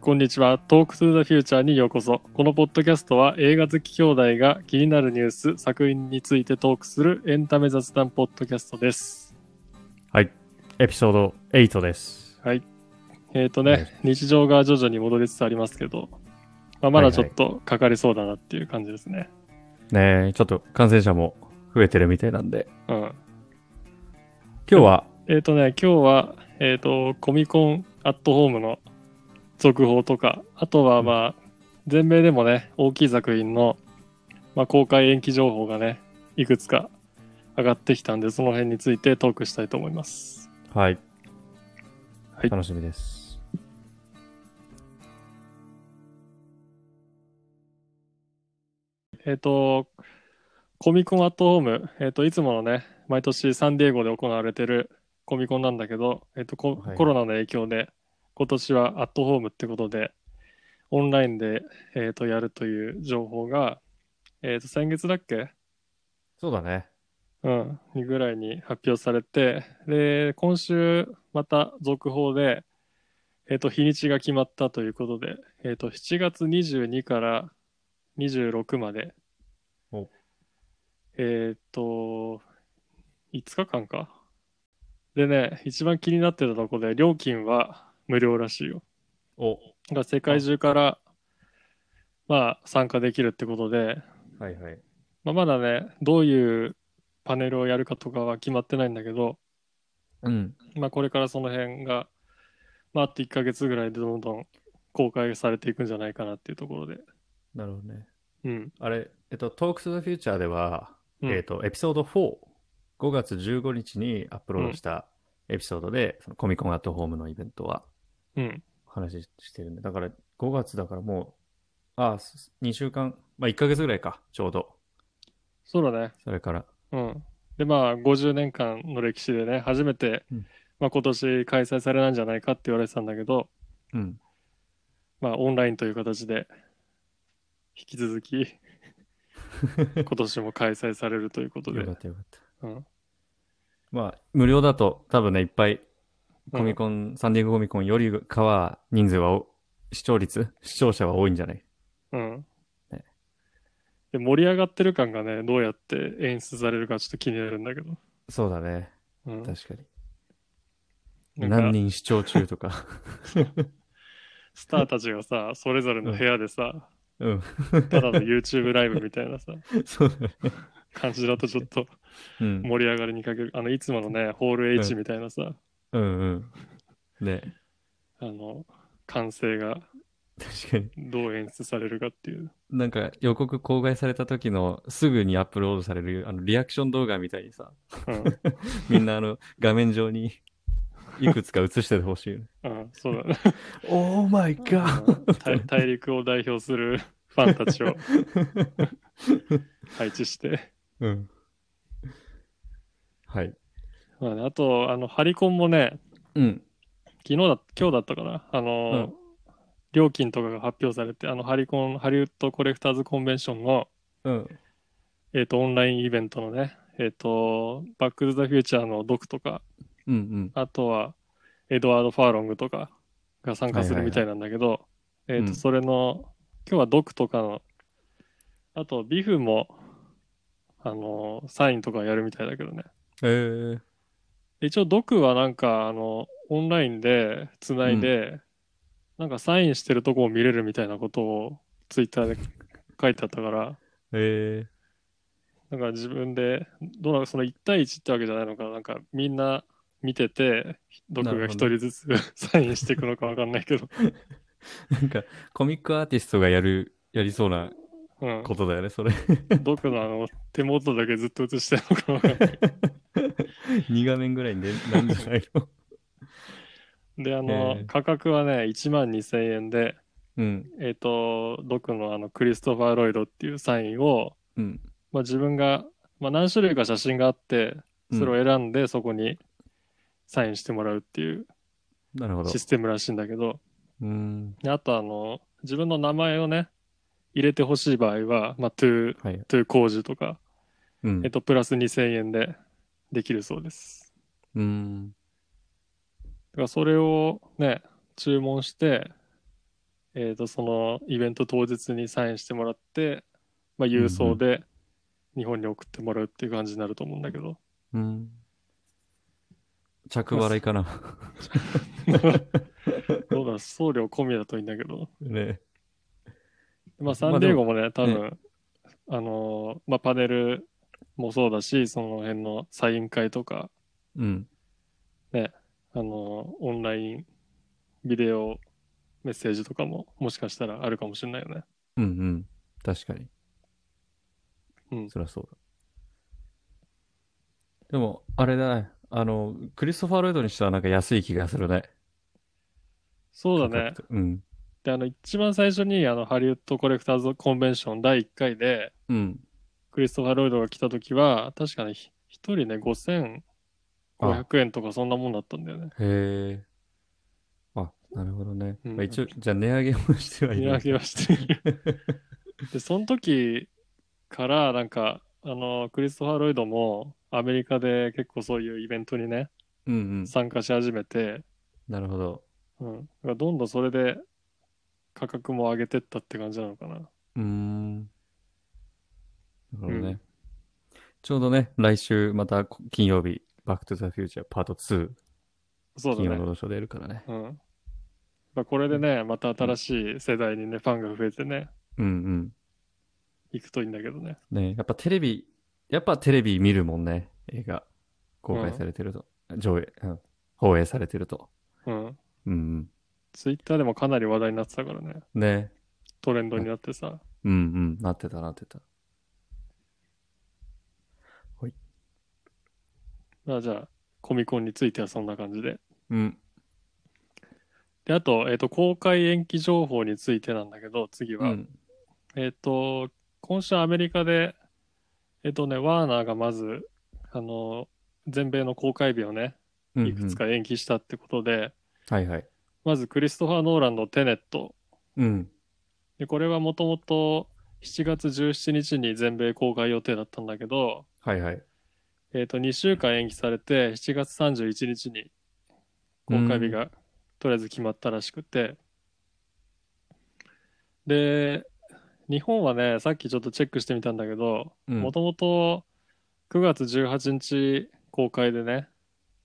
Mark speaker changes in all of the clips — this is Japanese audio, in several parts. Speaker 1: こんにちは。トークトゥーザフューチャーにようこそ。このポッドキャストは映画好き兄弟が気になるニュース、作品についてトークするエンタメ雑談ポッドキャストです。
Speaker 2: はい。エピソード8です。
Speaker 1: はい。えっ、と
Speaker 2: お願い
Speaker 1: ね
Speaker 2: し、
Speaker 1: 日常が徐々に戻りつつありますけど、まあ、まだちょっとかかりそうだなっていう感じですね。
Speaker 2: ねえ、ちょっと感染者も増えてるみたいなんで。
Speaker 1: うん。
Speaker 2: 今日は、
Speaker 1: えっ、とね、今日は、えっ、と、コミコンアットホームの続報とか、あとはまあ、全米でもね、大きい作品の、まあ、公開延期情報がね、いくつか上がってきたんで、その辺についてトークしたいと思います。
Speaker 2: はい。
Speaker 1: はい
Speaker 2: 楽しみです。
Speaker 1: えっ、と、コミコンアットホーム、えっ、と、いつものね、毎年サンディエゴで行われてるコミコンなんだけど、えっ、とコ、
Speaker 2: はい
Speaker 1: コロナの影響で、今年はアットホームってことで、オンラインで、えっ、と、やるという情報が、えっ、と、先月だっけ
Speaker 2: そうだね。
Speaker 1: うん、にぐらいに発表されて、で、今週、また続報で、えっ、と、日にちが決まったということで、えっ、と、7月22から26まで
Speaker 2: お、
Speaker 1: えっ、と、5日間か。でね、一番気になってたとこで、料金は無料らしいよ。
Speaker 2: お、
Speaker 1: だから世界中から、まあ、参加できるってことで、
Speaker 2: はいはい。
Speaker 1: まあ、まだね、どういうパネルをやるかとかは決まってないんだけど、
Speaker 2: うん。
Speaker 1: まあ、これからその辺が、まあ、あと1ヶ月ぐらいでどんどん公開されていくんじゃないかなっていうところで。
Speaker 2: なるほどね。
Speaker 1: うん。
Speaker 2: あれ、えっと、トークス・ザ・フューチャーでは、
Speaker 1: うん
Speaker 2: えっと、エピソード4、5月15日にアップロードしたエピソードで、そのコミコンアットホームのイベントは
Speaker 1: うん。
Speaker 2: 話してるんで、だから5月だからもう、ああ、2週間、まあ1ヶ月ぐらいか、ちょうど。
Speaker 1: そうだね。
Speaker 2: それから。
Speaker 1: うん。で、まあ、50年間の歴史でね、初めて、
Speaker 2: うん
Speaker 1: まあ、今年開催されないんじゃないかって言われてたんだけど、
Speaker 2: うん。
Speaker 1: まあ、オンラインという形で、引き続 き、今年も開催されるということで
Speaker 2: よか。ったよかった。
Speaker 1: うん。
Speaker 2: まあ、無料だと多分ね、いっぱいコミ
Speaker 1: ン。
Speaker 2: コン、サンディエゴコミコンよりかは人数はお、視聴率、視聴者は多いんじゃない
Speaker 1: うん
Speaker 2: ね。
Speaker 1: で盛り上がってる感がね、どうやって演出されるかちょっと気になるんだけど。
Speaker 2: そうだね。
Speaker 1: うん、
Speaker 2: 確かに。
Speaker 1: なんか
Speaker 2: 何人視聴中とか。
Speaker 1: スターたちがさ、それぞれの部屋でさ、
Speaker 2: うん。
Speaker 1: ただの YouTube ライブみたいなさ、
Speaker 2: そうだね。
Speaker 1: 感じだとちょっと
Speaker 2: うん。
Speaker 1: 盛り上がりにかける。あの、いつものね、ホール H みたいなさ、
Speaker 2: うんうん。ね。
Speaker 1: あの、歓声が
Speaker 2: 確かに。
Speaker 1: どう演出されるかっていう。
Speaker 2: なんか予告公開された時のすぐにアップロードされるあのリアクション動画みたいにさ、
Speaker 1: うん。
Speaker 2: みんなあ の画面上にいくつか映しててほしいよ ね。
Speaker 1: うん、そうだね。
Speaker 2: オーマイガ ー
Speaker 1: うん大大陸を代表するファンたちを配置して。
Speaker 2: うん。はい。
Speaker 1: まあね、あと、あの、ハリコンもね、
Speaker 2: うん。
Speaker 1: 昨日だ、今日だったかな、あのー、
Speaker 2: うん
Speaker 1: 料金とかが発表されて、あの、ハリコン、ハリウッドコレクターズコンベンションの、
Speaker 2: うん。
Speaker 1: えっ、と、オンラインイベントのね、えっ、と、バック・トゥ・ザ・フューチャーのドクとか、
Speaker 2: うんうん。
Speaker 1: あとは、エドワード・ファーロングとかが参加するみたいなんだけど、
Speaker 2: いはい
Speaker 1: えっ、
Speaker 2: う
Speaker 1: と、
Speaker 2: ん
Speaker 1: それの、今日はドクとかの、あと、ビフも、あのーサインとかやるみたいだけどね。
Speaker 2: えー、
Speaker 1: 一応、ドクはなんか、あの、オンラインで繋いで、なんかサインしてるとこを見れるみたいなことをツイッターで書いてあったから、
Speaker 2: え
Speaker 1: なんか自分で、どうなのその1対1ってわけじゃないのか、なんかみんな見てて、ドクが1人ずつ サインしていくのかわかんないけど、
Speaker 2: ー、なんかコミックアーティストがやる、やりそうな
Speaker 1: うん、
Speaker 2: ことだよね、それ。
Speaker 1: ドクのあの、手元だけずっと映してるのかわかんない。
Speaker 2: 2画面ぐらいにでなんじゃないの
Speaker 1: で、あの
Speaker 2: へ、ー
Speaker 1: 価格はね、1万2000円で、
Speaker 2: うん。
Speaker 1: えっ、と、ドクのあの、クリストファー・ロイドっていうサインを、
Speaker 2: うん。
Speaker 1: まあ、自分が、まあ、何種類か写真があって
Speaker 2: うん
Speaker 1: それを選んでそこにサインしてもらうっていう
Speaker 2: なるほど。
Speaker 1: システムらしいんだけど、
Speaker 2: うん。
Speaker 1: であとあの自分の名前をね入れてほしい場合は、まあ、to,
Speaker 2: はい。
Speaker 1: to 工事とか、
Speaker 2: うん
Speaker 1: えっ。と、プラス2000円でできるそうです
Speaker 2: うん。
Speaker 1: だからそれをね注文してえー、とそのイベント当日にサインしてもらって、まあ、郵送で日本に送ってもらうっていう感じになると思うんだけど
Speaker 2: うん。着払いかな。
Speaker 1: どうだろう送料込みだといいんだけど、
Speaker 2: ね。
Speaker 1: まあ、
Speaker 2: まあ
Speaker 1: サンディエゴもね多分、あのーまあ、パネルもそうだしその辺のサイン会とか、
Speaker 2: うん。
Speaker 1: あのーオンラインビデオメッセージとかももしかしたらあるかもしれないよね。
Speaker 2: うんうん。確かに。
Speaker 1: うん
Speaker 2: そりゃそうだ。でも、あれだね。あの、クリストファー・ロイドにしてはなんか安い気がするね。
Speaker 1: そうだね
Speaker 2: 価。格と。うん。
Speaker 1: で、あの、一番最初に、あの、ハリウッドコレクターズコンベンション第1回で、
Speaker 2: うん。
Speaker 1: クリストファー・ロイドが来た時は、確かね、ひ一人ね、5500
Speaker 2: あ
Speaker 1: 円とかそんなもんだったんだよね。
Speaker 2: へえ。あ、なるほどね。
Speaker 1: うん
Speaker 2: まあ、一応、じゃあ値上げもしてはい
Speaker 1: 値
Speaker 2: る。
Speaker 1: 上げはしてる。 で、その時から、なんか、あの、クリストファー・ロイドも、アメリカで結構そういうイベントにね、
Speaker 2: うんうん。
Speaker 1: 参加し始めて、
Speaker 2: なるほど。
Speaker 1: うん。だからどんどんそれで、価格も上げてったって感じなのかな。
Speaker 2: うーん。なるほどね。
Speaker 1: うん
Speaker 2: ちょうどね、来週また金曜日、バックトゥザフューチャーパート2、
Speaker 1: そうだ
Speaker 2: 金曜
Speaker 1: ね
Speaker 2: ロー。ドショーでやるからね。
Speaker 1: うん。まあ、これでね、また新しい世代にね、ファンが増えてね、
Speaker 2: うん
Speaker 1: 行くといいんだけどね。
Speaker 2: うん。ねやっぱテレビ、やっぱテレビ見るもんね、映画。公開されてると。上映、うん。放映されてると。
Speaker 1: うん。
Speaker 2: うん
Speaker 1: ツイッターでもかなり話題になってたからね。
Speaker 2: うん。ね
Speaker 1: トレンドになってさ。
Speaker 2: うんうん。なってたなってた。
Speaker 1: まあ、じゃあ、コミコンについてはそんな感じで。
Speaker 2: うん。
Speaker 1: で、あと、えっ、と、公開延期情報についてなんだけど、次
Speaker 2: う
Speaker 1: は。
Speaker 2: ん。
Speaker 1: えっ、と、今週アメリカで、えっ、とね、ワーナーがまず、あの、全米の公開日をね、
Speaker 2: うん
Speaker 1: いくつ。か延期したってことで、
Speaker 2: はいはい。
Speaker 1: まずクリストファー・ノーランのテネット
Speaker 2: うん。
Speaker 1: で、これはもともと7月17日に全米公開予定だったんだけど、
Speaker 2: はいはい。
Speaker 1: えっ、と、2週間延期されて、7月31日に公開日がとりあえず決まったらしくて、で、日本はね、さっきちょっとチェックしてみたんだけど、
Speaker 2: うん
Speaker 1: もともと9月18日公開でね、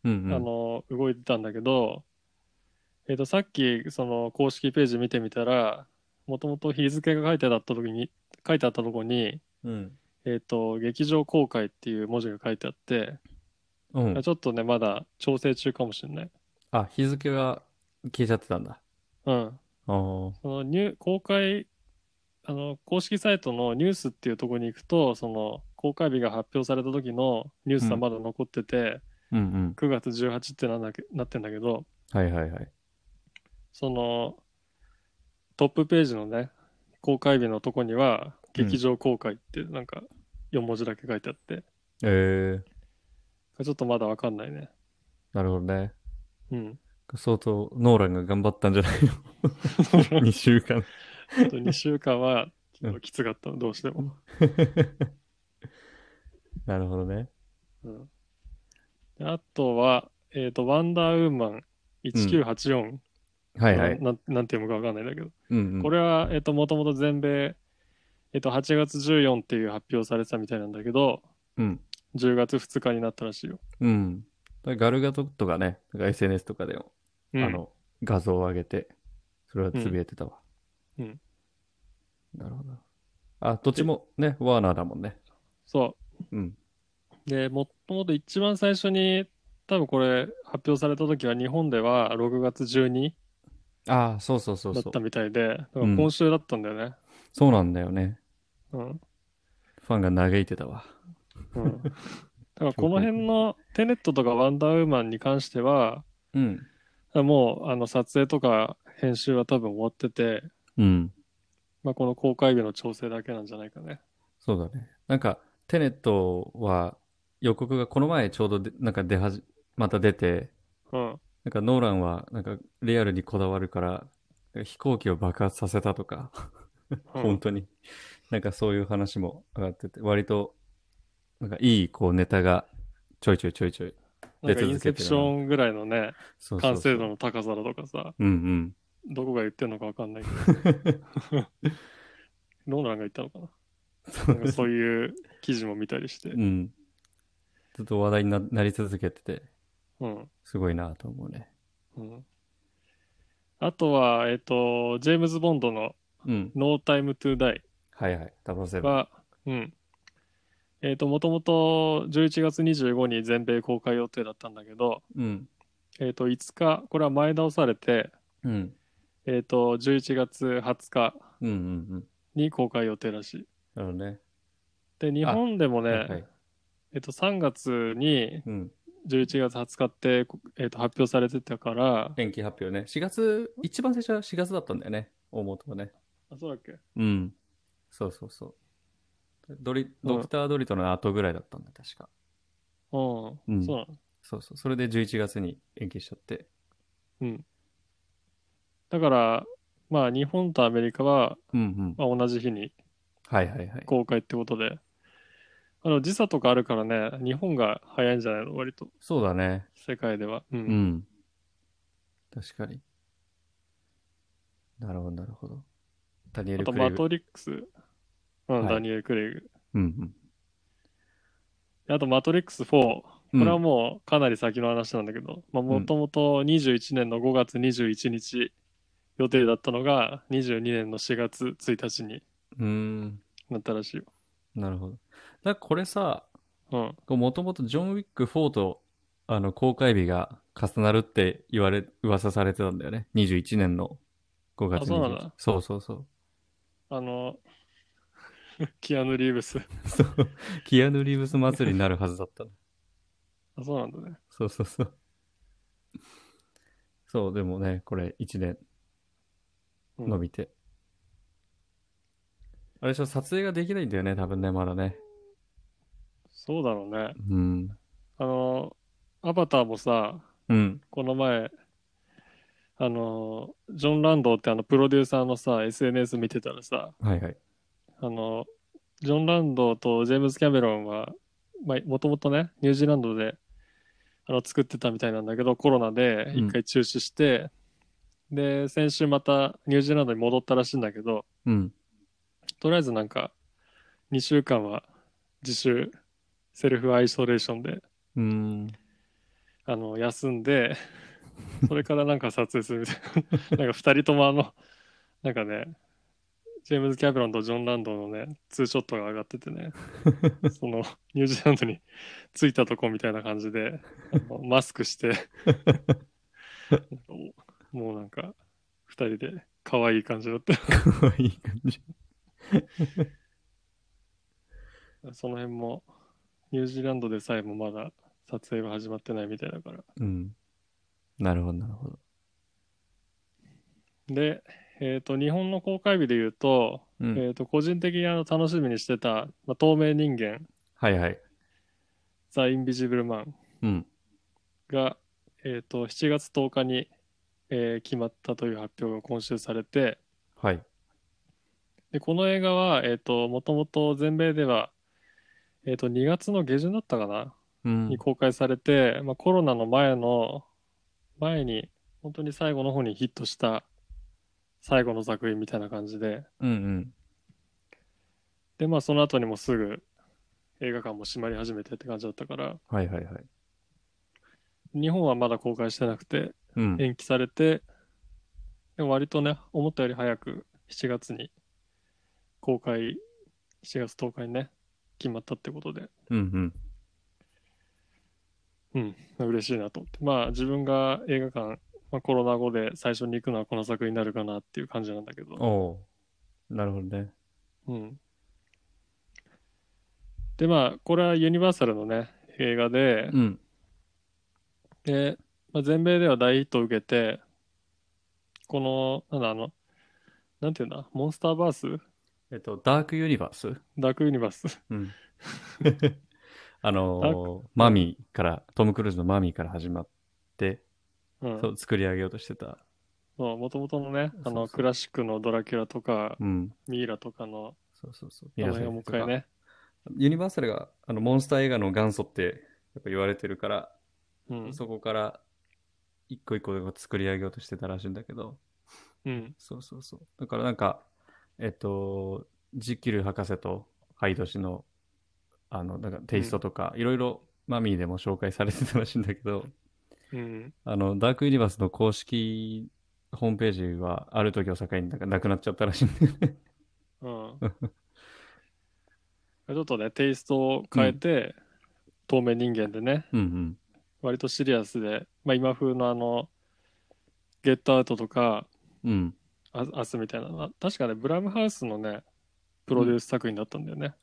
Speaker 2: うんうん。
Speaker 1: あの、動いてたんだけど、えっ、と、さっき、その、公式ページ見てみたら、もともと日付が書いてあったときに、書いてあったとこに、
Speaker 2: うん。
Speaker 1: えっ、と、劇場公開っていう文字が書いてあって、
Speaker 2: うん。
Speaker 1: ちょっとね、まだ調整中かもしれない。
Speaker 2: あ、日付が消えちゃってたんだ。
Speaker 1: うん。
Speaker 2: ああ。
Speaker 1: その、入、公開、あの、公式サイトのニュースっていうとこに行くと、その、公開日が発表された時のニュースはまだ残ってて、
Speaker 2: うんうん。
Speaker 1: 9月18ってなんだけなってんだけど、
Speaker 2: はいはいはい。
Speaker 1: そのトップページのね公開日のとこには「
Speaker 2: うん
Speaker 1: 劇場公開」ってなんか4文字だけ書いてあって、
Speaker 2: ええ
Speaker 1: ちょっとまだわかんないね
Speaker 2: なるほどね。
Speaker 1: うん
Speaker 2: 相当、ノーランが頑張ったんじゃないの ?2 週間。
Speaker 1: あと2週間はちょっときつかったのどうしても、
Speaker 2: なるほどね。
Speaker 1: うん、であとは「えー、とワンダーウーマン1984」
Speaker 2: はいはい。
Speaker 1: ななんて読むかわかんないんだけど、
Speaker 2: うんうん、
Speaker 1: これはえっ、ともともと全米、えっと8月14っていう発表されてたみたいなんだけど
Speaker 2: うん。
Speaker 1: 10月2日になったらしいよ、
Speaker 2: うん。だからガルガトとかね、なんか SNS とかでも、
Speaker 1: うん
Speaker 2: あの、画像を上げて、それはつぶやいてたわ。
Speaker 1: うんうん
Speaker 2: なるほど。あ、どっちもね、ワーナーだもんね。
Speaker 1: そう
Speaker 2: うん。
Speaker 1: で、もっともと一番最初に、多分これ発表された時は日本では6月12
Speaker 2: ああ、そうそうそう
Speaker 1: だっ
Speaker 2: そう
Speaker 1: た。みたいで、だか
Speaker 2: う
Speaker 1: ら
Speaker 2: ん
Speaker 1: 今週だったんだよね。
Speaker 2: そうなんだよね。
Speaker 1: うん。
Speaker 2: ファンが嘆いてたわ。
Speaker 1: うん。だからこの辺のテネットとかワンダーウーマンに関しては、
Speaker 2: うん。
Speaker 1: もうあの撮影とか編集は多分終わってて、
Speaker 2: うん。
Speaker 1: まあ、この公開日の調整だけなんじゃないかね。
Speaker 2: そうだね。なんか、テネットは予告がこの前ちょうどでなんか出はじ、また出て、
Speaker 1: うん。
Speaker 2: なんかノーランはなんかリアルにこだわるから、なんか飛行機を爆発させたとか、
Speaker 1: う
Speaker 2: 本
Speaker 1: ん、
Speaker 2: 当に、なんかそういう話も上がってて、割と、なんかいいこうネタがちょいちょいちょいちょい。
Speaker 1: なんか
Speaker 2: 出続けてるな
Speaker 1: インセプションぐらいのね、
Speaker 2: そうそうそう
Speaker 1: 完成度の高さだとかさ、
Speaker 2: うんうん。
Speaker 1: どこが言ってるのかわかんないけど。ローランが言った のかななんかそういう記事も見たりして。
Speaker 2: うん。 ずっと話題にななり続けてて、
Speaker 1: うん。
Speaker 2: すごいなと思うね。
Speaker 1: うん、あとは、えっ、と、ジェームズ・ボンドの
Speaker 2: うん。
Speaker 1: ノータイム・トゥ・ダイ
Speaker 2: はいはい。ダブルセブン。
Speaker 1: は、うん。えっ、と、もともと11月25に全米公開予定だったんだけど、
Speaker 2: うん。
Speaker 1: えっ、と、5日、これは前倒されて、
Speaker 2: うん。
Speaker 1: えっ、と、11月20日
Speaker 2: うんうんうん。
Speaker 1: に公開予定らしい。
Speaker 2: なるほどね。
Speaker 1: で、日本でもね、
Speaker 2: はいはい。
Speaker 1: えっ、と、3月に
Speaker 2: うん。
Speaker 1: 11月20日って、こえっと発表されてたから、
Speaker 2: 延期発表ね。4月、一番最初は4月だったんだよね。大元はね。
Speaker 1: あ、そうだっけ
Speaker 2: うん。そうそうそう。ドリ、ドクタードリトの後ぐらいだったんだ、確か。
Speaker 1: うん、
Speaker 2: うん
Speaker 1: そうなの。
Speaker 2: そうそう。それで11月に延期しちゃって。
Speaker 1: うん。だから、まあ、日本とアメリカは、
Speaker 2: うんうん。
Speaker 1: まあ、同じ日に
Speaker 2: はいはいはい。
Speaker 1: 公開ってことで、あの時差とかあるからね、日本が早いんじゃないの、割と、
Speaker 2: そうだね。
Speaker 1: 世界では。う。
Speaker 2: うんん。確かに。なるほど、なるほど。ダニエ
Speaker 1: あ
Speaker 2: ル・
Speaker 1: と、
Speaker 2: クレイ
Speaker 1: マ
Speaker 2: グ。
Speaker 1: トリックス、うん、
Speaker 2: はい
Speaker 1: ダニエル・クレイグ。
Speaker 2: うんうん。
Speaker 1: あと、マトリックス4。こ
Speaker 2: うん
Speaker 1: れはもうかなり先の話なんだけど、まあもともと21年の5月21日予定だったのが、22年の4月1日に
Speaker 2: うーん。
Speaker 1: なったらしいよ。
Speaker 2: なるほど。だからこれさ、
Speaker 1: うん。
Speaker 2: もともとジョン・ウィック4とあの公開日が重なるって言われ、噂されてたんだよね。21年の5月
Speaker 1: あ
Speaker 2: に。
Speaker 1: そうなんだ
Speaker 2: そうそうそう。
Speaker 1: あの、 キアヌ・リーブス。
Speaker 2: そう。 キアヌ・リーブス祭りになるはずだったの。
Speaker 1: あ、そうなんだね。
Speaker 2: そうそうそう。そう、でもね、これ1年
Speaker 1: うん
Speaker 2: 伸びて。あれでしょ、撮影ができないんだよね、多分ね、まだね。
Speaker 1: そうだろうね。
Speaker 2: うん。
Speaker 1: あの、アバターもさ、
Speaker 2: うん。
Speaker 1: この前、あの、ジョン・ランドーってあの、プロデューサーのさ、SNS 見てたらさ、
Speaker 2: はいはい。
Speaker 1: あの、ジョン・ランドーとジェームズ・キャメロンは、まあ、もともとね、ニュージーランドで、あの、作ってたみたいなんだけど、コロナで一回中止して、で、先週またニュージーランドに戻ったらしいんだけど、
Speaker 2: うん。
Speaker 1: とりあえずなんか、2週間は自習、セルフアイソレーションで、
Speaker 2: うーん。
Speaker 1: あの、休んで、 それからなんか撮影するみたいな。 なんか二人ともあの、なんかね、ジェームズ・キャメロンとジョン・ランドのね、ツーショットが上がっててね、その、ニュージーランドに 着いたとこみたいな感じで、あのマスクして、なんかおもうなんか、二人で可愛い感じだった。
Speaker 2: かわいい感じ。
Speaker 1: その辺も、ニュージーランドでさえもまだ撮影が始まってないみたいだから。
Speaker 2: うん。なるほど、なるほど。
Speaker 1: で、えっ、と、日本の公開日で言うと、
Speaker 2: うん
Speaker 1: えっ、と、個人的にあの楽しみにしてた、まあ、透明人間、
Speaker 2: はいはい。
Speaker 1: ザ・インビジブル・マン
Speaker 2: うん。
Speaker 1: が、えっ、と、7月10日に、えー決まったという発表が今週されて、
Speaker 2: はい。
Speaker 1: で、この映画は、えっ、と、もともと全米では、えっ、と、2月の下旬だったかな、
Speaker 2: うん
Speaker 1: に。公開されて、まあ、コロナの前の、前に、本当に最後の方にヒットした最後の作品みたいな感じで、
Speaker 2: うんうん。
Speaker 1: で、まあ、その後にもすぐ映画館も閉まり始めてって感じだったから、
Speaker 2: はいはいはい。
Speaker 1: 日本はまだ公開してなくて、
Speaker 2: うん。
Speaker 1: 延期されて、でも割とね、思ったより早く7月に公開、7月10日にね、決まったってことで、
Speaker 2: うんうん。
Speaker 1: うん、まあ嬉しいなと思って。まあ、自分が映画館、まあ、コロナ後で最初に行くのはこの作品になるかなっていう感じなんだけど、
Speaker 2: おうなるほどね。
Speaker 1: うん。で、まあ、これはユニバーサルのね、映画で、
Speaker 2: うん。
Speaker 1: で、まあ、全米では大ヒットを受けて、この、なんだ、あの、なんていうんだ、モンスターバース
Speaker 2: えっと、ダークユニバース
Speaker 1: ダークユニバース。
Speaker 2: うん。あ
Speaker 1: ダ
Speaker 2: のーマミーから、トム・クルーズのマミーから始まって、
Speaker 1: うん。
Speaker 2: そう、作り上げようとしてた。
Speaker 1: そう、もともとのね、あ
Speaker 2: そうそ
Speaker 1: の、
Speaker 2: う
Speaker 1: クラシックのドラキュラとか、
Speaker 2: うん。
Speaker 1: ミイラとかの、
Speaker 2: そうそうそう。
Speaker 1: 名前がもう一回ね。
Speaker 2: ユニバーサルが、あの、モンスター映画の元祖って、やっぱ言われてるから、
Speaker 1: うん。
Speaker 2: そこから、一個一個作り上げようとしてたらしいんだけど、
Speaker 1: うん。
Speaker 2: そうそうそう。だからなんか、えっと、ジキル博士とハイド氏の、あの、なんかテイストとか、いろいろマミーでも紹介されてたらしいんだけど、
Speaker 1: うん。
Speaker 2: あの、ダークユニバースの公式ホームページは、ある時を境になんかなくなっちゃったらしいんだよね。
Speaker 1: うん。ちょっとね、テイストを変えて、透明人間でね、
Speaker 2: うんうん。
Speaker 1: 割とシリアスで、まあ今風のあの、ゲットアウトとか、
Speaker 2: うん。
Speaker 1: あ明日みたいなのは確かねブラムハウスのねプロデュース作品だったんだよね、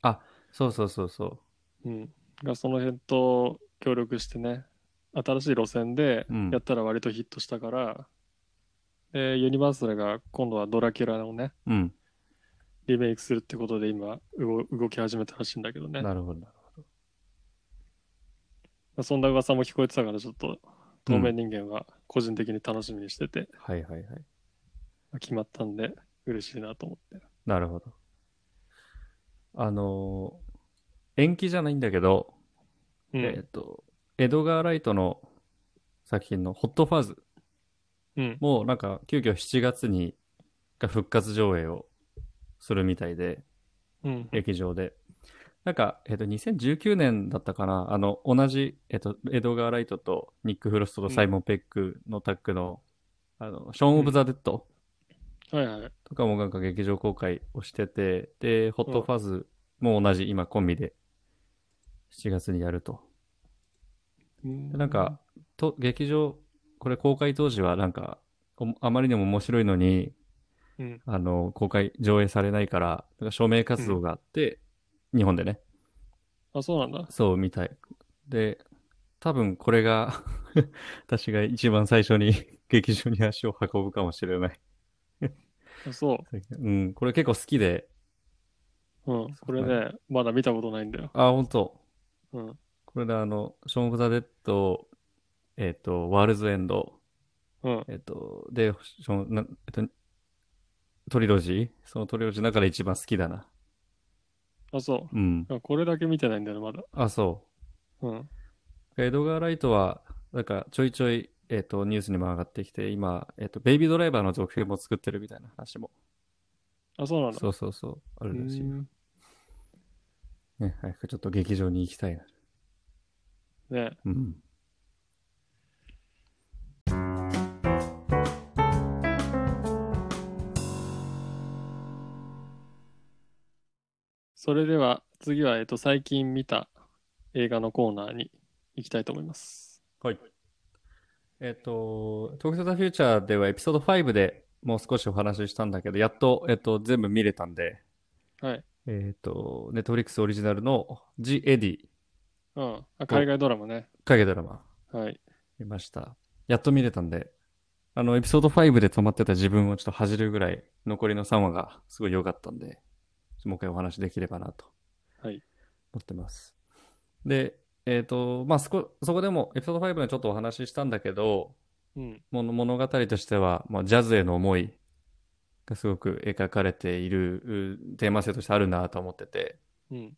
Speaker 2: そうそうそうそ
Speaker 1: うんがその辺と協力してね新しい路線で
Speaker 2: うん
Speaker 1: やったら割とヒットしたから、でユニバーサルが今度はドラキュラをね
Speaker 2: う。うん。
Speaker 1: リメイクするってことで今動動き始めたらしいんだけどね、ま
Speaker 2: なるほど。
Speaker 1: あ、そんな噂も聞こえてたからちょっと透明人間は個人的に楽しみにしてて、
Speaker 2: はいはいはい。
Speaker 1: まあ決まったんで嬉しいなと思って
Speaker 2: なるほど。あのー延期じゃないんだけど、
Speaker 1: う
Speaker 2: えっ
Speaker 1: ん
Speaker 2: と、エドガー・ライトの作品のホットファズ
Speaker 1: うん
Speaker 2: もうなんか急遽7月にが復活上映をするみたいで、
Speaker 1: うん
Speaker 2: 劇場で。なんか、えっと、2019年だったかな、あの、同じ、えっと、エドガー・ライトとニック・フロストとサイモン・ペックのタッグの、あの、ショーン・オブ・ザ・デッド
Speaker 1: はいはい
Speaker 2: とかもなんか劇場公開をしてて、で、ホットファズも同じ、今コンビで7月にやると。
Speaker 1: うん
Speaker 2: でなんか、と、劇場、これ公開当時はなんか、おあまりにも面白いのに、
Speaker 1: うん
Speaker 2: あの、公開、上映されないから、なんか署名活動があって、日本でね、
Speaker 1: あそうなんだ
Speaker 2: そうみたい。で、多分これが、 私が一番最初に 劇場に足を運ぶかもしれない。
Speaker 1: あそう
Speaker 2: うん、これ結構好きで、
Speaker 1: うん、これね、まだ見たことないんだよ。
Speaker 2: あ、本当
Speaker 1: うん。
Speaker 2: これであの、ショーン・オブ・ザ・デッド、えっ、と、ワールズ・エンド、
Speaker 1: うん。
Speaker 2: えっと、で、その、なえっと、トリロジーそのトリロジーの中で一番好きだな。
Speaker 1: あ、そ
Speaker 2: うん。
Speaker 1: う。あこれだけ見てないんだよ、まだ。
Speaker 2: あ、そ
Speaker 1: うん。
Speaker 2: う。エドガー・ライトは、なんか、ちょいちょい、えっと、ニュースにも上がってきて、今、えっと、ベイビードライバーの続編も作ってるみたいな話も。
Speaker 1: あ、そうなんだ。
Speaker 2: そうそうそう、あ
Speaker 1: う
Speaker 2: るらしい。
Speaker 1: ん。
Speaker 2: ね、早くちょっと劇場に行きたいな。
Speaker 1: ね
Speaker 2: うん。
Speaker 1: それでは、次は、えっと、最近見た映画のコーナーに行きたいと思います。
Speaker 2: はい。えっと、トークセタフューチャーではエピソード5でもう少しお話ししたんだけど、やっと、えっと、全部見れたんで、
Speaker 1: はい。
Speaker 2: えっと、ネットフリックスオリジナルのジ・エディ、
Speaker 1: うん。あ海外ドラマね。
Speaker 2: 影ドラマ、
Speaker 1: はい。
Speaker 2: 見ました。やっと見れたんで、あの、エピソード5で止まってた自分をちょっと恥じるぐらい、残りの3話がすごい良かったんで、もう一回お話できればなと、
Speaker 1: はい
Speaker 2: 思ってます。で、えっ、と、まあ、そこ、そこでもエピソード5でちょっとお話ししたんだけど、
Speaker 1: うん。
Speaker 2: もの物語としては、まあ、ジャズへの思いがすごく描かれているうテーマ性としてあるなと思ってて、
Speaker 1: うん。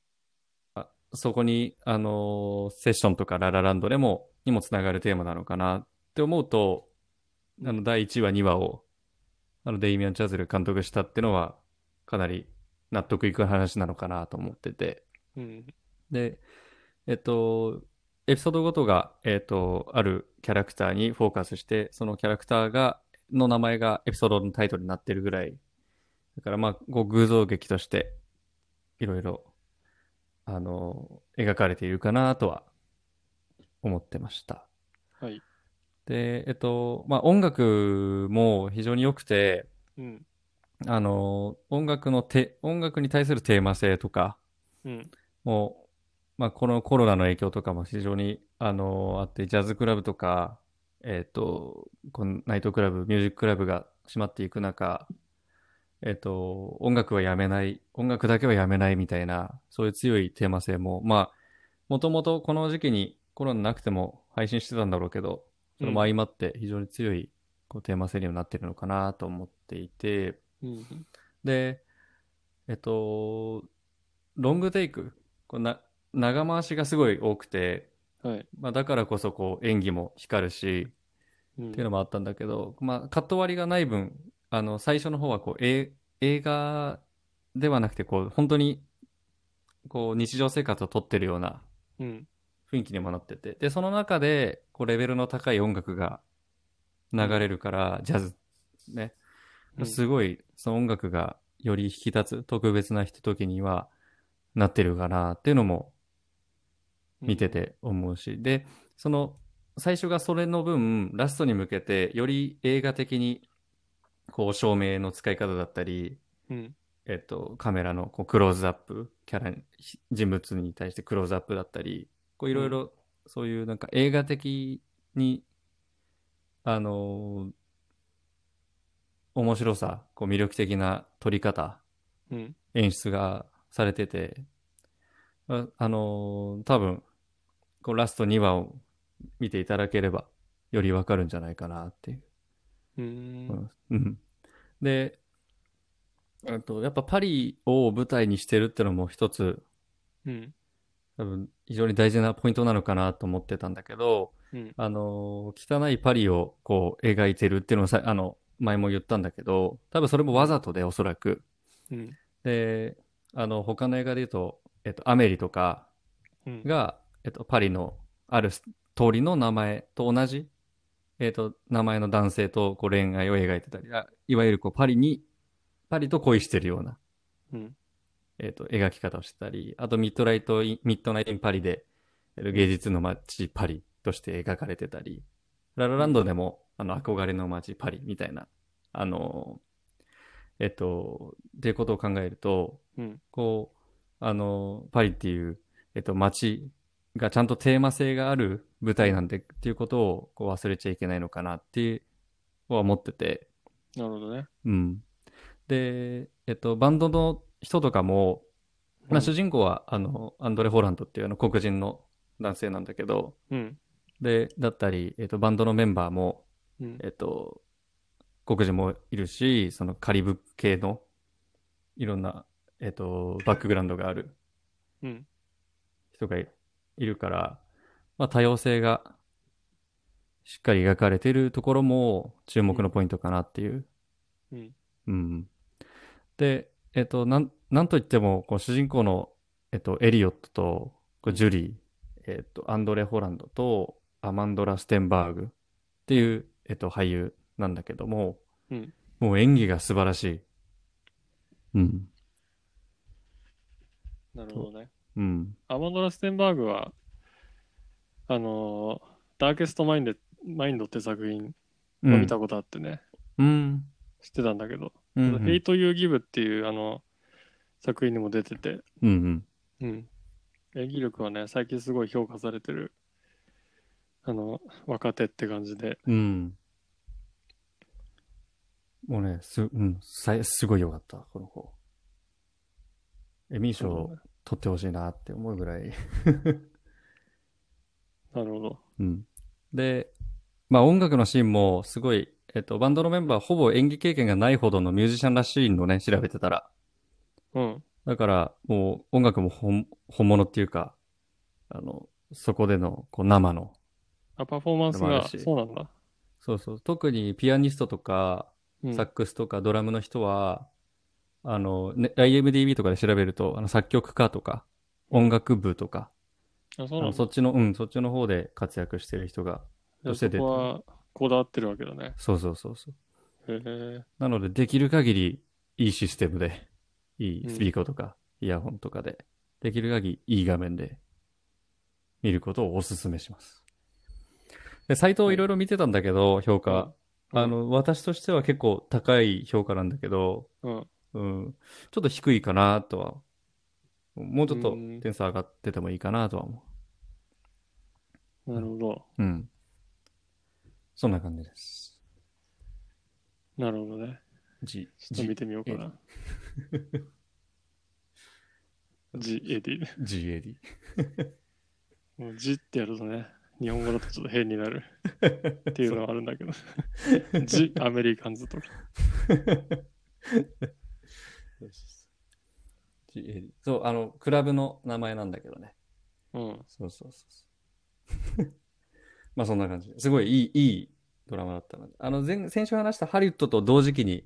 Speaker 2: そこに、あのーセッションとかララランドでも、にもつながるテーマなのかなって思うと、あの、第1話、2話を、あの、デイミアン・チャズル監督したってのは、かなり納得いく話なのかなと思ってて。
Speaker 1: うん。
Speaker 2: で、えっと、エピソードごとが、えっと、あるキャラクターにフォーカスして、そのキャラクターが、の名前がエピソードのタイトルになってるぐらい。だからまあ、こう偶像劇として、いろいろ、あの、描かれているかなとは、思ってました。
Speaker 1: はい。
Speaker 2: で、えっと、まあ音楽も非常に良くて、
Speaker 1: うん。
Speaker 2: あの、音楽のて、音楽に対するテーマ性とか、
Speaker 1: うん。
Speaker 2: もう、まあ、このコロナの影響とかも非常に、あのあって、ジャズクラブとか、えっ、と、このナイトクラブ、ミュージッククラブが閉まっていく中、えっ、と、音楽はやめない、音楽だけはやめないみたいな、そういう強いテーマ性も、まあ、もともとこの時期にコロナなくても配信してたんだろうけど、それも相まって非常に強いこうテーマ性にもなってるのかなと思っていて、
Speaker 1: うん。
Speaker 2: で、えっと、ロングテイク、こうな長回しがすごい多くて、
Speaker 1: はい。
Speaker 2: まあ、だからこそこう演技も光るし、
Speaker 1: うん
Speaker 2: っていうのもあったんだけど、まあ、カット割りがない分、あの、最初の方はこう、え映画ではなくて、こう、本当に、こう、日常生活を撮ってるような
Speaker 1: うん。
Speaker 2: 雰囲気にもなってて、で、その中で、こう、レベルの高い音楽が流れるから、ジャズ、ね。
Speaker 1: うん
Speaker 2: すごい、その音楽がより引き立つ、特別なひとときには、なってるかな、っていうのも見て。て思うし、で、その、最初がそれの分、ラストに向けて、より映画的に、こう、照明の使い方だったり、
Speaker 1: うん。
Speaker 2: えっと、カメラのこうクローズアップ、キャラに、ひ人物に対してクローズアップだったり、こういろいろ、そういうなんか映画的に、あのー面白さ、こう魅力的な撮り方、
Speaker 1: うん。
Speaker 2: 演出がされてて、あ、あのー多分、こうラスト2話を見ていただければ、よりわかるんじゃないかなっていう。
Speaker 1: う。
Speaker 2: うんんうんで、あと、やっぱパリを舞台にしてるってのも一つ、
Speaker 1: うん。
Speaker 2: 多分非常に大事なポイントなのかなと思ってたんだけど、
Speaker 1: うん
Speaker 2: あの、汚いパリをこう描いてるっていうのをさ、あの、前も言ったんだけど、多分それもわざとでおそらく。
Speaker 1: うん。
Speaker 2: で、あの、他の映画で言うと、えっと、アメリとか
Speaker 1: うん。
Speaker 2: が、えっと、パリのある通りの名前と同じ、えっと、名前の男性とこう恋愛を描いてたり、あいわゆるこうパリに、パリと恋してるような、
Speaker 1: うん。
Speaker 2: えっと、描き方をしてたり、あとミッドライトイン、ミッドナイトインパリで、えっと芸術の街パリとして描かれてたり、ララランドでも、あの、憧れの街パリみたいな、あの、えっと、っていうことを考えると、
Speaker 1: うん。
Speaker 2: こう、あの、パリっていう、えっと、街がちゃんとテーマ性がある舞台なんでっていうことをこう忘れちゃいけないのかなっていう、は思ってて、
Speaker 1: なるほどね。
Speaker 2: うん。で、えっと、バンドの人とかも、まあ、主人公は、あの、アンドレ・ホラントっていうあの黒人の男性なんだけど、
Speaker 1: うん。
Speaker 2: で、だったり、えっと、バンドのメンバーも、
Speaker 1: うん。
Speaker 2: えっと、黒人もいるし、そのカリブ系の、いろんな、えっと、バックグラウンドがある
Speaker 1: うん。
Speaker 2: 人がいいるから、まあ、多様性がしっかり描かれているところも注目のポイントかなっていう。
Speaker 1: うん。
Speaker 2: うん。で、えっと、なん、なんといっても、こう主人公の、えっと、エリオットと、こうジュリー、えっと、アンドレ・ホランドと、アマンドラ・ステンバーグっていう、えっと、俳優なんだけども、
Speaker 1: うん
Speaker 2: もう演技が素晴らしい。うん。
Speaker 1: なるほどね。
Speaker 2: うん。
Speaker 1: アマンドラ・ステンバーグは、あのーダーケストマインド、マインドって作品を見たことあってね、
Speaker 2: うん。
Speaker 1: 知ってたんだけど、
Speaker 2: うん。うん。
Speaker 1: ヘイト・ユー・ギブっていうあの作品にも出てて、
Speaker 2: うんうん。
Speaker 1: うん。演技力はね、最近すごい評価されてる、あの、若手って感じで、
Speaker 2: うん。もうね、す、うん、さすごい良かった、この子。エミー賞を取ってほしいなって思うぐらい。
Speaker 1: なるほど。
Speaker 2: うん。で、まあ音楽のシーンもすごい、えっと、バンドのメンバーほぼ演技経験がないほどのミュージシャンらしいのね、調べてたら。
Speaker 1: うん。
Speaker 2: だから、もう音楽も本本物っていうか、あの、そこでのこう生の
Speaker 1: あ、パフォーマンス
Speaker 2: でもあ
Speaker 1: が、
Speaker 2: るし
Speaker 1: そうなんだ。
Speaker 2: そうそう。特にピアニストとか、
Speaker 1: うん
Speaker 2: サックスとかドラムの人は、あの、ね、IMDB とかで調べると、あの、作曲家とか、音楽部とか、
Speaker 1: あ、
Speaker 2: あ
Speaker 1: そうなん
Speaker 2: の
Speaker 1: だ。
Speaker 2: そっちの、うん、そっちの方で活躍してる人が、
Speaker 1: じゃあ
Speaker 2: そし
Speaker 1: そ
Speaker 2: て出て
Speaker 1: こは、こだわってるわけだね。
Speaker 2: そうそうそうそう。
Speaker 1: へえ。
Speaker 2: なので、できる限り、いいシステムで、いいスピーカーとか、イヤホンとかで、できる限り、いい画面で、見ることをお勧めします。で、サイトをいろいろ見てたんだけど、評価。
Speaker 1: うん
Speaker 2: あ、の、私としては結構高い評価なんだけど、
Speaker 1: うん。
Speaker 2: うん、ちょっと低いかなとは、もうちょっと
Speaker 1: うん
Speaker 2: 点数上がっててもいいかなとは思
Speaker 1: なるほど。
Speaker 2: う。うん。そんな感じです。
Speaker 1: なるほどね。
Speaker 2: じ、
Speaker 1: ちょっと見
Speaker 2: じ、
Speaker 1: てみようかな。G、エディ。
Speaker 2: GAD。
Speaker 1: もう G ってやるとね、日本語だとちょっと変にな るっていうのはあるんだけど。G、アメリカンズとか。
Speaker 2: GAD。そう、あの、クラブの名前なんだけどね。
Speaker 1: うん。
Speaker 2: そうそうそうそう。 まあそんな感じ。すごいいい、いいドラマだったので。あの前、先週話したハリウッドと同時期に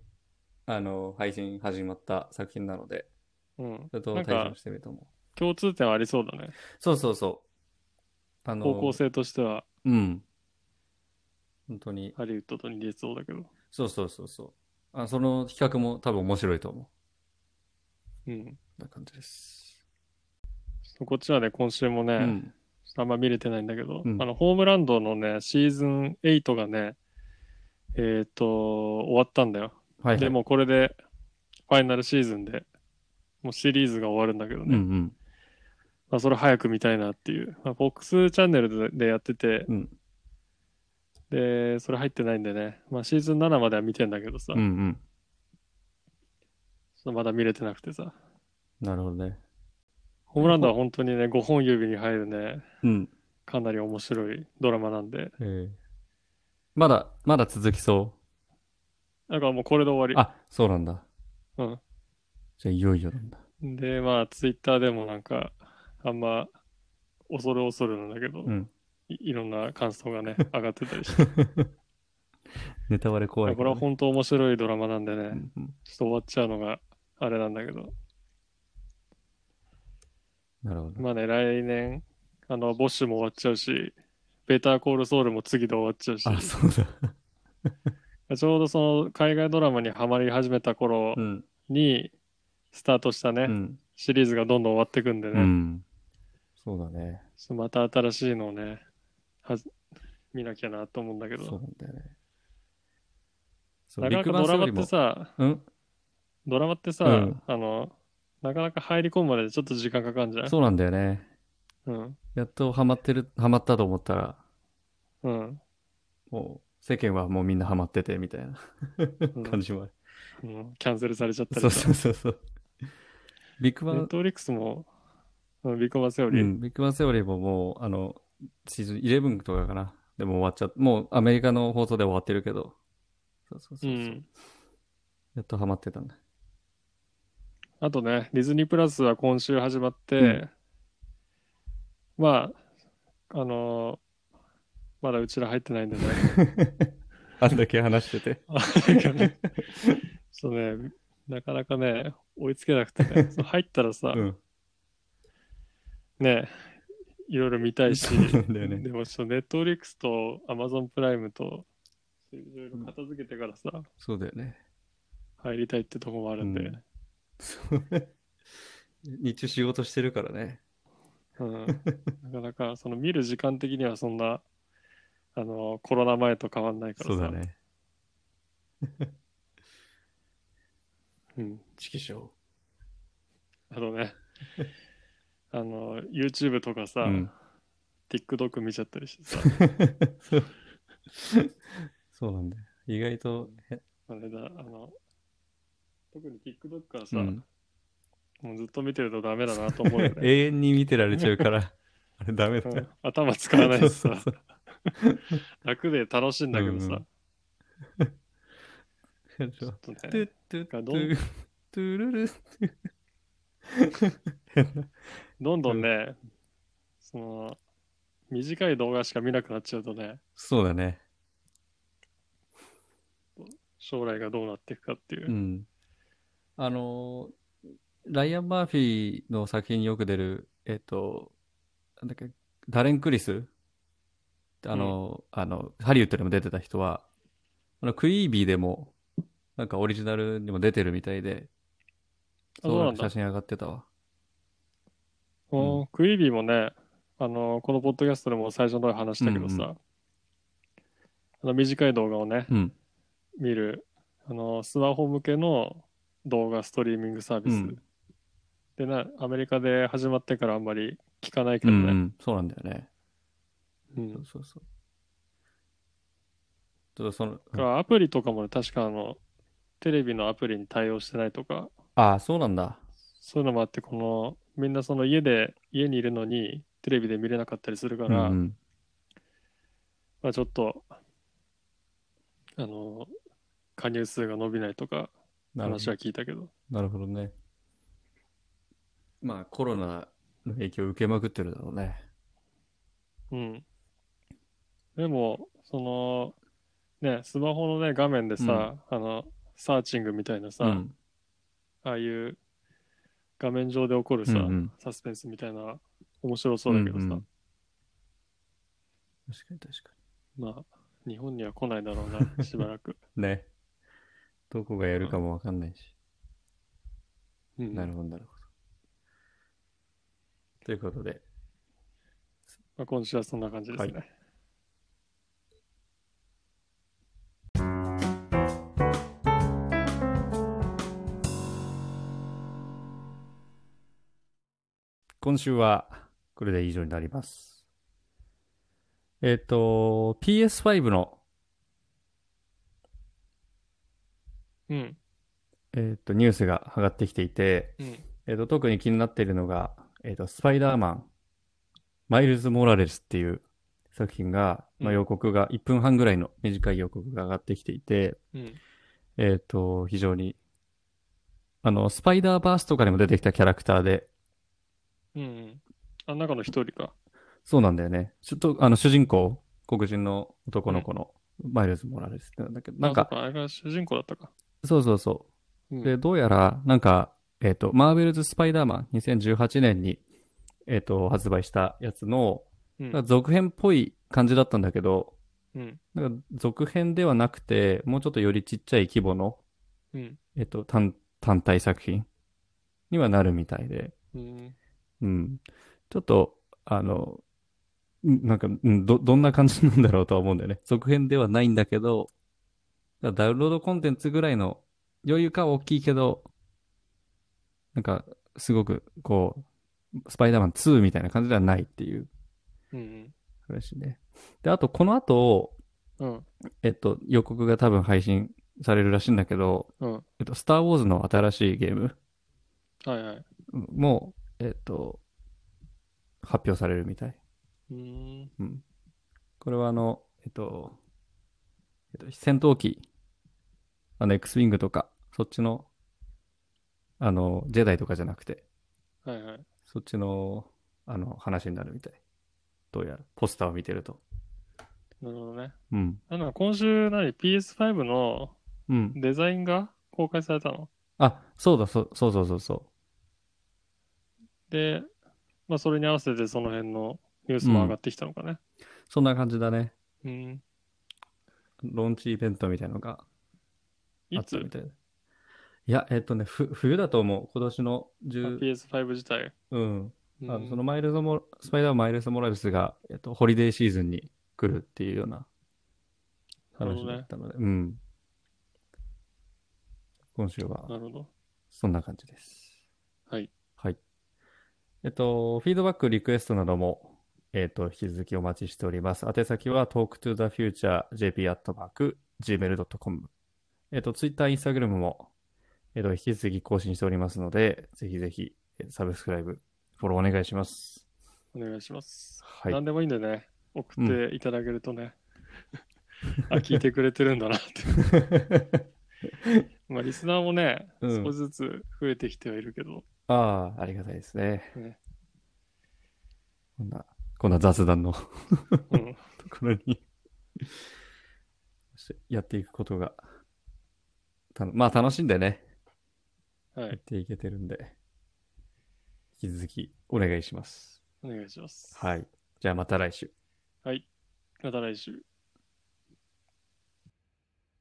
Speaker 2: あの、配信始まった作品なので、
Speaker 1: うん。
Speaker 2: それと
Speaker 1: なんか
Speaker 2: 対象してみると思う。
Speaker 1: 共通点はありそうだね。
Speaker 2: そうそうそう。あの、
Speaker 1: 方向性としては、
Speaker 2: うん。本当に、
Speaker 1: ハリウッドと似てそうだけど。
Speaker 2: そうそうそうそう。あその比較も多分面白いと思う。
Speaker 1: うん。
Speaker 2: こんな感じです。
Speaker 1: こっちはね、今週もね、
Speaker 2: うん。
Speaker 1: あんま見れてないんだけど、
Speaker 2: うん
Speaker 1: あの、ホームランドのね、シーズン8がね、えっ、と、終わったんだよ。
Speaker 2: はい、はい。
Speaker 1: で、もうこれで、ファイナルシーズンで、もうシリーズが終わるんだけどね。
Speaker 2: うんうん。
Speaker 1: まあ、それ早く見たいなっていう。まあ、FOX チャンネルででやってて、
Speaker 2: うん
Speaker 1: で、それ入ってないんでね、まあ、シーズン7までは見てんだけどさ、
Speaker 2: うんうん。
Speaker 1: まだ見れてなくてさ、
Speaker 2: なるほどね。
Speaker 1: ホームランドは本当にね、5本指に入るね、
Speaker 2: うん。
Speaker 1: かなり面白いドラマなんで、
Speaker 2: えーまだ、まだ続きそ
Speaker 1: だからもうこれで終
Speaker 2: う。
Speaker 1: わ
Speaker 2: あ、そうなんだ。
Speaker 1: り。
Speaker 2: じゃあ、いよいよなんだ。
Speaker 1: うん。で、まあ、ツイッターでもなんか、あんま、恐る恐るなんだけど、
Speaker 2: うん。
Speaker 1: いいろんな感想 がね、上がってたりして、
Speaker 2: ネタバレ怖い
Speaker 1: こ
Speaker 2: か
Speaker 1: れ
Speaker 2: ら
Speaker 1: は
Speaker 2: ね、
Speaker 1: 本当面白いドラマなんでね、
Speaker 2: うんうん
Speaker 1: ちょっと終わっちゃうのがあれなんだけど、
Speaker 2: なるほど。
Speaker 1: まあね、来年、あの、ボッシュも終わっちゃうし、ベーターコールソウルも次で終わっちゃうし、
Speaker 2: あ、そうだ。
Speaker 1: ちょうどその海外ドラマにハマり始めた頃
Speaker 2: うん。
Speaker 1: にスタートしたね、
Speaker 2: うん。
Speaker 1: シリーズがどんどん終わってくんで
Speaker 2: う
Speaker 1: ね、
Speaker 2: ん。そうだね。
Speaker 1: ちょっとまた新しいのをね、はじ見なきゃなと思うんだけ
Speaker 2: そう
Speaker 1: ど、
Speaker 2: なんだよね。そう
Speaker 1: なかなかドラマって、さ、
Speaker 2: うん
Speaker 1: ドラマってさ、
Speaker 2: うん
Speaker 1: あの、なかなか入り込むまでちょっと時間かかるんじゃない
Speaker 2: そうなんだよね。
Speaker 1: うん。
Speaker 2: やっとハマってる、ハマったと思ったら、
Speaker 1: うん。
Speaker 2: もう、世間はもうみんなハマってて、みたいな感じもある。
Speaker 1: うんキャンセルされちゃったり
Speaker 2: そう
Speaker 1: さ。
Speaker 2: そうそうそう。ビッグ
Speaker 1: ネ
Speaker 2: バン
Speaker 1: ッ、トフリックスも、うんビッグマンセオ
Speaker 2: う
Speaker 1: リー、
Speaker 2: ん、ビッグバンセオリーももう、あの、シーズン11とかかな。でも終わっちゃっもうアメリカの放送で終わってるけど、そうそうそうそう、
Speaker 1: うん
Speaker 2: やっとハマってたんだ。
Speaker 1: あとね、ディズニープラスは今週始まって、
Speaker 2: うん
Speaker 1: まあ、あのーまだうちら入ってないん でね。
Speaker 2: あんだけ話してて。
Speaker 1: そうね、なかなかね、追いつけなくてね、そう入ったらさ、
Speaker 2: うん。
Speaker 1: ね、いろいろ見たいし、
Speaker 2: そうなんだよね
Speaker 1: でもちょっとネットフリックスとアマゾンプライムと、いろいろ片付けてからさ、
Speaker 2: そうだよね。
Speaker 1: 入りたいってとこもあるんで、
Speaker 2: 日中仕事してるからね。
Speaker 1: うん、なかなかその見る時間的にはそんな、あのコロナ前と変わんないからさ、
Speaker 2: そうだね。
Speaker 1: うん、
Speaker 2: チキショ
Speaker 1: あとね、あの、YouTube とかさ、
Speaker 2: うん
Speaker 1: TikTok 見ちゃったり してさ、
Speaker 2: そうそうなんだよ。意外と、へ
Speaker 1: あれだ、あの、特に TikTok はさ、
Speaker 2: うん
Speaker 1: もうずっと見てるとダメだなと思うよね。
Speaker 2: 永遠に見てられちゃうから、あれダメだ
Speaker 1: うん
Speaker 2: よ。
Speaker 1: 頭使わないし
Speaker 2: そう
Speaker 1: さ
Speaker 2: そう、
Speaker 1: 楽で楽しいんだけどさ、
Speaker 2: うんうんそう
Speaker 1: ちょっとね
Speaker 2: ト、ゥトゥ
Speaker 1: か
Speaker 2: ト
Speaker 1: どん
Speaker 2: ゥトゥルル
Speaker 1: どんどんね、その、短い動画しか見なくなっちゃうとね、
Speaker 2: そうだね。
Speaker 1: 将来がどうなっていくかっていうう。
Speaker 2: ん。あのー、ライアン・マーフィーの作品によく出る、えっと、なんだっけ、ダレン・クリスあのー、あの、ハリウッドでも出てた人は、あの、クイービーでも、なんかオリジナルにも出てるみたいで、
Speaker 1: あそうなん
Speaker 2: 写
Speaker 1: だ。
Speaker 2: 真上がってたわ。
Speaker 1: おークイービーもね、あの、このポッドキャストでも最初の方で話したけどさ、
Speaker 2: うんう
Speaker 1: あの短い動画をね、
Speaker 2: うん。
Speaker 1: 見る、あの、スマホ向けの動画ストリーミングサービス。
Speaker 2: うん
Speaker 1: でな、アメリカで始まってからあんまり聞かないけ
Speaker 2: う
Speaker 1: ど
Speaker 2: ん、う
Speaker 1: ね。
Speaker 2: ん、そうなんだよね。
Speaker 1: うん
Speaker 2: そうそうそう。ちょっとその、
Speaker 1: だからアプリとかもね、確かあの、テレビのアプリに対応してないとか、
Speaker 2: ああ、そうなんだ。
Speaker 1: そういうのもあって、この、みんなその家で、家にいるのに、テレビで見れなかったりするか
Speaker 2: うん
Speaker 1: ら、
Speaker 2: うん、
Speaker 1: まあちょっと、あの、加入数が伸びないとか、
Speaker 2: なるほど
Speaker 1: 話は聞いたけど。
Speaker 2: なるほどね。まあコロナの影響を受けまくってるだろうね。
Speaker 1: うん。でも、その、ね、スマホのね、画面でさ、あの、サーチングみたいなさ、
Speaker 2: うん
Speaker 1: ああいう画面上で起こるさ、
Speaker 2: うんうん
Speaker 1: サスペンスみたいな面白そうだけどさ、
Speaker 2: んん確かに確か
Speaker 1: まあ日本には来ないだろうなしばら く、
Speaker 2: に。ね。どこがやるかもわかんないし。
Speaker 1: うん
Speaker 2: なるほど、なるほど。ということで、
Speaker 1: まあ、今週はそんな感じですね、
Speaker 2: は今週はこれで以上になります。えっ、と、PS5 の、
Speaker 1: うん
Speaker 2: えっとニュースが上がってきていて、
Speaker 1: うん
Speaker 2: えっと特に気になっているのが、えっとスパイダーマン、マイルズ・モラレスっていう作品が、
Speaker 1: う
Speaker 2: まあ、
Speaker 1: ん
Speaker 2: 予告が、1分半ぐらいの短い予告が上がってきていて、
Speaker 1: うん
Speaker 2: えっと非常にあのスパイダーバースとかにも出てきたキャラクターで、
Speaker 1: うんうんあ中の一人か
Speaker 2: そうなんだよね。ちょっと、あの、主人公、黒人の男の子の、マイルズ・モラレスってなんだけど、なん
Speaker 1: あ
Speaker 2: か、
Speaker 1: そうあれが主人公だったか、
Speaker 2: そうそうそうう。
Speaker 1: ん
Speaker 2: で、どうやら、なんか、えっ、と、マーベルズ・スパイダーマン2018年に、えっ、と、発売したやつの、
Speaker 1: うん
Speaker 2: なんか続編っぽい感じだったんだけど、
Speaker 1: うん
Speaker 2: なんか続編ではなくて、もうちょっとよりちっちゃい規模の、
Speaker 1: うん
Speaker 2: えっ、と単、単体作品にはなるみたいで、
Speaker 1: うん
Speaker 2: うん。ちょっと、あの、んなんか、うんど、どんな感じなんだろうとは思うんだよね。続編ではないんだけど、だダウンロードコンテンツぐらいの余裕か大きいけど、なんか、すごく、こう、スパイダーマン2みたいな感じではないっていう
Speaker 1: うん
Speaker 2: 話ね。で、あと、この後、
Speaker 1: うん
Speaker 2: えっと、予告が多分配信されるらしいんだけど、
Speaker 1: うんは
Speaker 2: えっと、スター・ウォーズの新しいゲーム
Speaker 1: いはい
Speaker 2: も、えっと、発表されるみたい。
Speaker 1: うん
Speaker 2: うん。これはあの、えっと、えっと、戦闘機、あの、X ウィングとか、そっちの、あの、ジェダイとかじゃなくて、
Speaker 1: はいはい
Speaker 2: そっちの、あの、話になるみたい。どうやら、ポスターを見てると。
Speaker 1: なるほどね
Speaker 2: うん。
Speaker 1: あなんか今週何 PS5 の
Speaker 2: うん。
Speaker 1: デザインが公開されたの
Speaker 2: あ、そうだ、そうそうそうそうそ
Speaker 1: で、まあ、それに合わせてその辺のニュースも上がってきたのかね。
Speaker 2: う。そんな感じだね。
Speaker 1: うん。
Speaker 2: ローンチイベントみたいなのがあ
Speaker 1: い
Speaker 2: った
Speaker 1: つ
Speaker 2: みたいだ。いや、えっとね、ふ冬だと思う。今年の
Speaker 1: あ
Speaker 2: 10、
Speaker 1: PS5 自体。
Speaker 2: うん、
Speaker 1: うん
Speaker 2: あのそのマイルズモスパイダーマンマイルズ・モラルスが、えっと、ホリデーシーズンに来るっていうような
Speaker 1: なるほ
Speaker 2: 話
Speaker 1: ど
Speaker 2: だ
Speaker 1: ね
Speaker 2: ったので、うん。今週は
Speaker 1: なるほど。
Speaker 2: そんな感じです。
Speaker 1: はい。
Speaker 2: はい。えっと、フィードバック、リクエストなども、えっと、引き続きお待ちしております。宛先は talktothefuturejp.gmail.com。えっと、ツイッター、インスタグラムも、えっと、引き続き更新しておりますので、ぜひぜひ、えサブスクライブ、フォローお願いします。
Speaker 1: お願いします。
Speaker 2: はい。
Speaker 1: 何でもいいんでね、送っていただけるとね、あ、聞いてくれてるんだなって。 まあ、リスナーもね、
Speaker 2: うん
Speaker 1: 少しずつ増えてきてはいるけど、
Speaker 2: ああ、ありがたいですね。
Speaker 1: ね
Speaker 2: こんな、こんな雑談のと
Speaker 1: うん、
Speaker 2: ころに やっていくことが、たのまあ楽しんでね、
Speaker 1: は
Speaker 2: やっ
Speaker 1: い、
Speaker 2: ていけてるんで、引き続きお願いします。
Speaker 1: お願いします。
Speaker 2: はい。じゃあまた来週。
Speaker 1: はい。また来週。